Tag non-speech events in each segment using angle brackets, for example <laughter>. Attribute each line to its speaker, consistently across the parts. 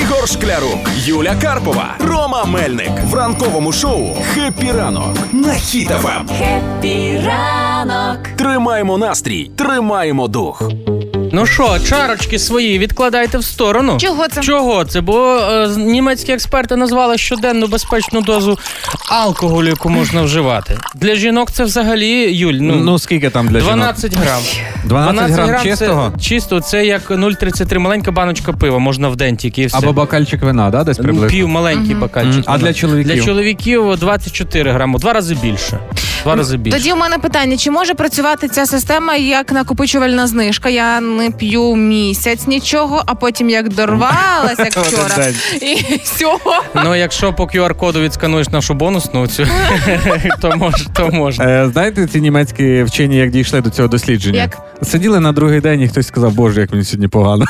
Speaker 1: Ігор Шклярук, Юля Карпова, Рома Мельник в ранковому шоу «Хеппі ранок» на Хіт-ФМ.
Speaker 2: Хеппі ранок.
Speaker 1: Тримаємо настрій, тримаємо дух.
Speaker 3: Ну що, чарочки свої відкладайте в сторону.
Speaker 4: Чого це?
Speaker 3: Чого це? Бо е, з- німецькі експерти назвали щоденну безпечну дозу алкоголю, яку можна вживати. Для жінок це взагалі Юль. Ну,
Speaker 5: Ну, скільки там для
Speaker 3: 12 грам.
Speaker 5: 12 грам чистого?
Speaker 3: Це, чисто, це як 0,33 маленька баночка пива, можна в день тільки і все. Ну,
Speaker 5: Або бокальчик вина, да,
Speaker 4: Ну,
Speaker 5: десь приблизно?
Speaker 3: Пів маленький бокальчик.
Speaker 5: Мгм. А для чоловіків?
Speaker 3: Для чоловіків 24 грами, два рази більше. Два рази більше.
Speaker 4: Ну, Тоді у мене питання: чи може працювати ця система як накопичувальна знижка? Я не п'ю місяць нічого, а потім як дорвалася як вчора. І всього.
Speaker 3: Ну, якщо по QR-коду відскануєш нашу бонусну цю, <laughs> то мож- то можна.
Speaker 5: Е, знаєте, ці німецькі вчені, як дійшли до цього дослідження?
Speaker 4: Як?
Speaker 5: Сиділи на другий день, і хтось сказав, боже, як мені сьогодні погано.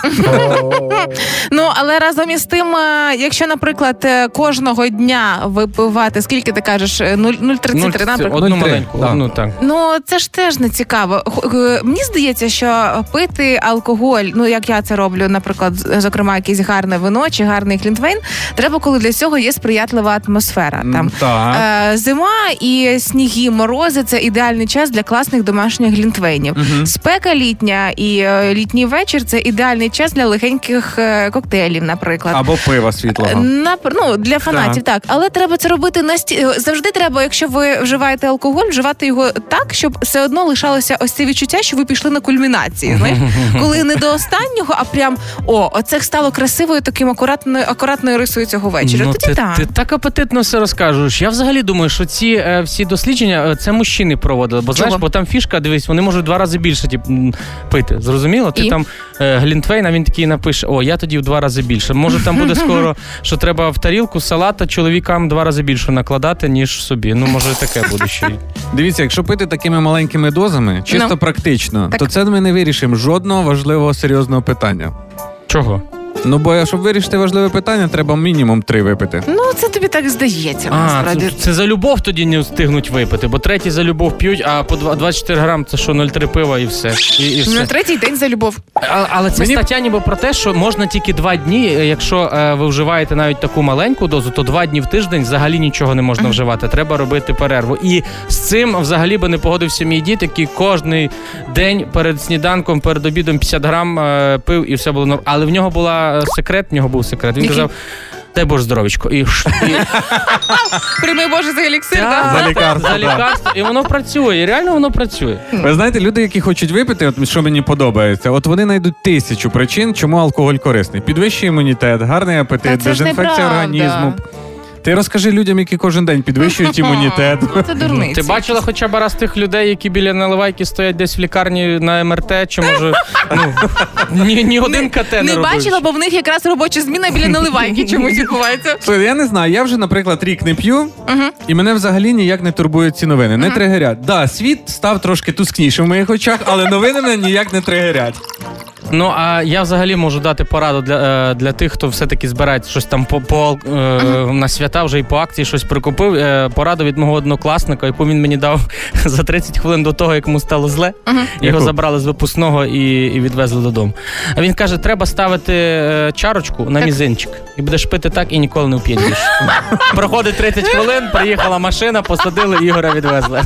Speaker 4: Ну але разом із тим, е, якщо, наприклад, е, кожного дня випивати, скільки ти кажеш, е, нуль- 0,33, наприклад.
Speaker 3: Одну
Speaker 5: 0,3,
Speaker 3: маленьку,
Speaker 5: да.
Speaker 3: одну так.
Speaker 4: Ну це ж теж не цікаво. Хо- е, Мені здається, що пити алкоголь, ну як я це роблю, наприклад, з- зокрема, якесь гарне вино чи гарний клінтвейн, треба, коли для цього є сприятлива атмосфера. Там
Speaker 5: Так.
Speaker 4: Е, Зима і сніги, морози це ідеальний час для класних домашніх глінтвейнів. Спека літня і е, літній вечір це ідеальний час для легеньких е, коктейлів, наприклад.
Speaker 5: <laughs> Або пива
Speaker 4: Е,
Speaker 5: світлого.
Speaker 4: Напр... Ну, для фанатів так. але треба це робити насті... е, завжди. Треба, якщо ви вживаєте алкоголь, вживати його так, щоб все одно лишалося ось це відчуття, що ви пішли на кульмінації.
Speaker 3: <laughs>
Speaker 4: Знаєш, коли не до останнього, а прям о, оце стало красивою таким акуратною, акуратною рисою цього вечора.
Speaker 3: Ну,
Speaker 4: Тоді
Speaker 3: ти,
Speaker 4: так.
Speaker 3: ти так апетитно все розкажеш. Я взагалі думаю, що ці е, всі дослідження е, це мужчини проводили. Бо знаєш,
Speaker 4: Чого?
Speaker 3: бо там фішка, дивись, вони можуть два рази більше тип, м, пити. Зрозуміло? Ти
Speaker 4: І?
Speaker 3: там е, Глінтвейн, а він такий напише: О, я тоді в два рази більше. Може, там
Speaker 4: <laughs>
Speaker 3: буде скоро, що треба в тарілку салата чоловікам два рази більше накладати, ніж собі. Ну, може, таке буде ще. й.
Speaker 5: Дивіться, якщо пити такими маленькими дозами, чисто
Speaker 4: Ну.
Speaker 5: практично,
Speaker 4: Так.
Speaker 5: то це ми не вирішимо жодного важливого серйозного питання.
Speaker 3: Чого?
Speaker 5: Ну бо щоб вирішити важливе питання, треба мінімум три випити.
Speaker 4: Ну, це тобі так здається,
Speaker 3: А,
Speaker 4: насправді.
Speaker 3: це, це за любов тоді не встигнуть випити, бо треті за любов п'ють, а по два- 24 грам це що 0,3 пива і все. І, і
Speaker 4: На
Speaker 3: все.
Speaker 4: Ну, третій день за любов.
Speaker 3: А, але це
Speaker 5: Мені-
Speaker 3: стаття ніби про те, що можна тільки два дні, е, якщо е, ви вживаєте навіть таку маленьку дозу, то два дні в тиждень взагалі нічого не можна вживати. Треба робити перерву. І з цим взагалі би не погодився мій дід, який кожний день перед сніданком, перед обідом 50 грам е, пив і все було норм. Але в нього була е, секрет, в нього був секрет. Він
Speaker 4: Який?
Speaker 3: казав. Дай Боже здоровічко. І, ш- і
Speaker 4: Прийми Боже за еліксир,
Speaker 3: Так,
Speaker 4: да?
Speaker 5: За лікарство,
Speaker 3: За
Speaker 5: да.
Speaker 3: лікарство. І воно працює. І реально воно працює.
Speaker 5: Ви знаєте, люди, які хочуть випити, от що мені подобається, от вони знайдуть тисячу причин, чому алкоголь корисний. Підвищує імунітет, гарний
Speaker 4: Та
Speaker 5: апетит,
Speaker 4: це ж
Speaker 5: дезінфекція
Speaker 4: неправда.
Speaker 5: організму. Ти розкажи людям, які кожен
Speaker 4: <laughs>
Speaker 5: день підвищують імунітет.
Speaker 4: Ну, Це дурниці.
Speaker 3: Ти бачила хоча б раз тих людей, які біля наливайки стоять десь в лікарні на МРТ, чи може ну, ні, ні один КТ не,
Speaker 4: Не
Speaker 3: робив.
Speaker 4: бачила, бо в них якраз робоча зміна біля наливайки чомусь відбувається.
Speaker 5: <laughs> Слухай, я не знаю, я вже, наприклад, рік не п'ю, і мене взагалі ніяк не турбують ці новини. Не тригерять. Да, світ став трошки тускнішим в моїх очах, але новини мене ніяк не тригерять.
Speaker 3: Ну а я взагалі можу дати пораду для, е, для тих, хто все-таки збирається щось там по, по ал- е, на свята, вже і по акції щось прикупив. Е, пораду від мого однокласника, яку він мені дав <laughs> за 30 хвилин до того, як йому стало зле. Його
Speaker 5: Яку?
Speaker 3: забрали з випускного і, і відвезли додому. А він каже: треба ставити е, чарочку на мізинчик. І будеш пити так і ніколи не вп'єш. Проходить 30 хвилин, приїхала машина, посадили Ігоря відвезли.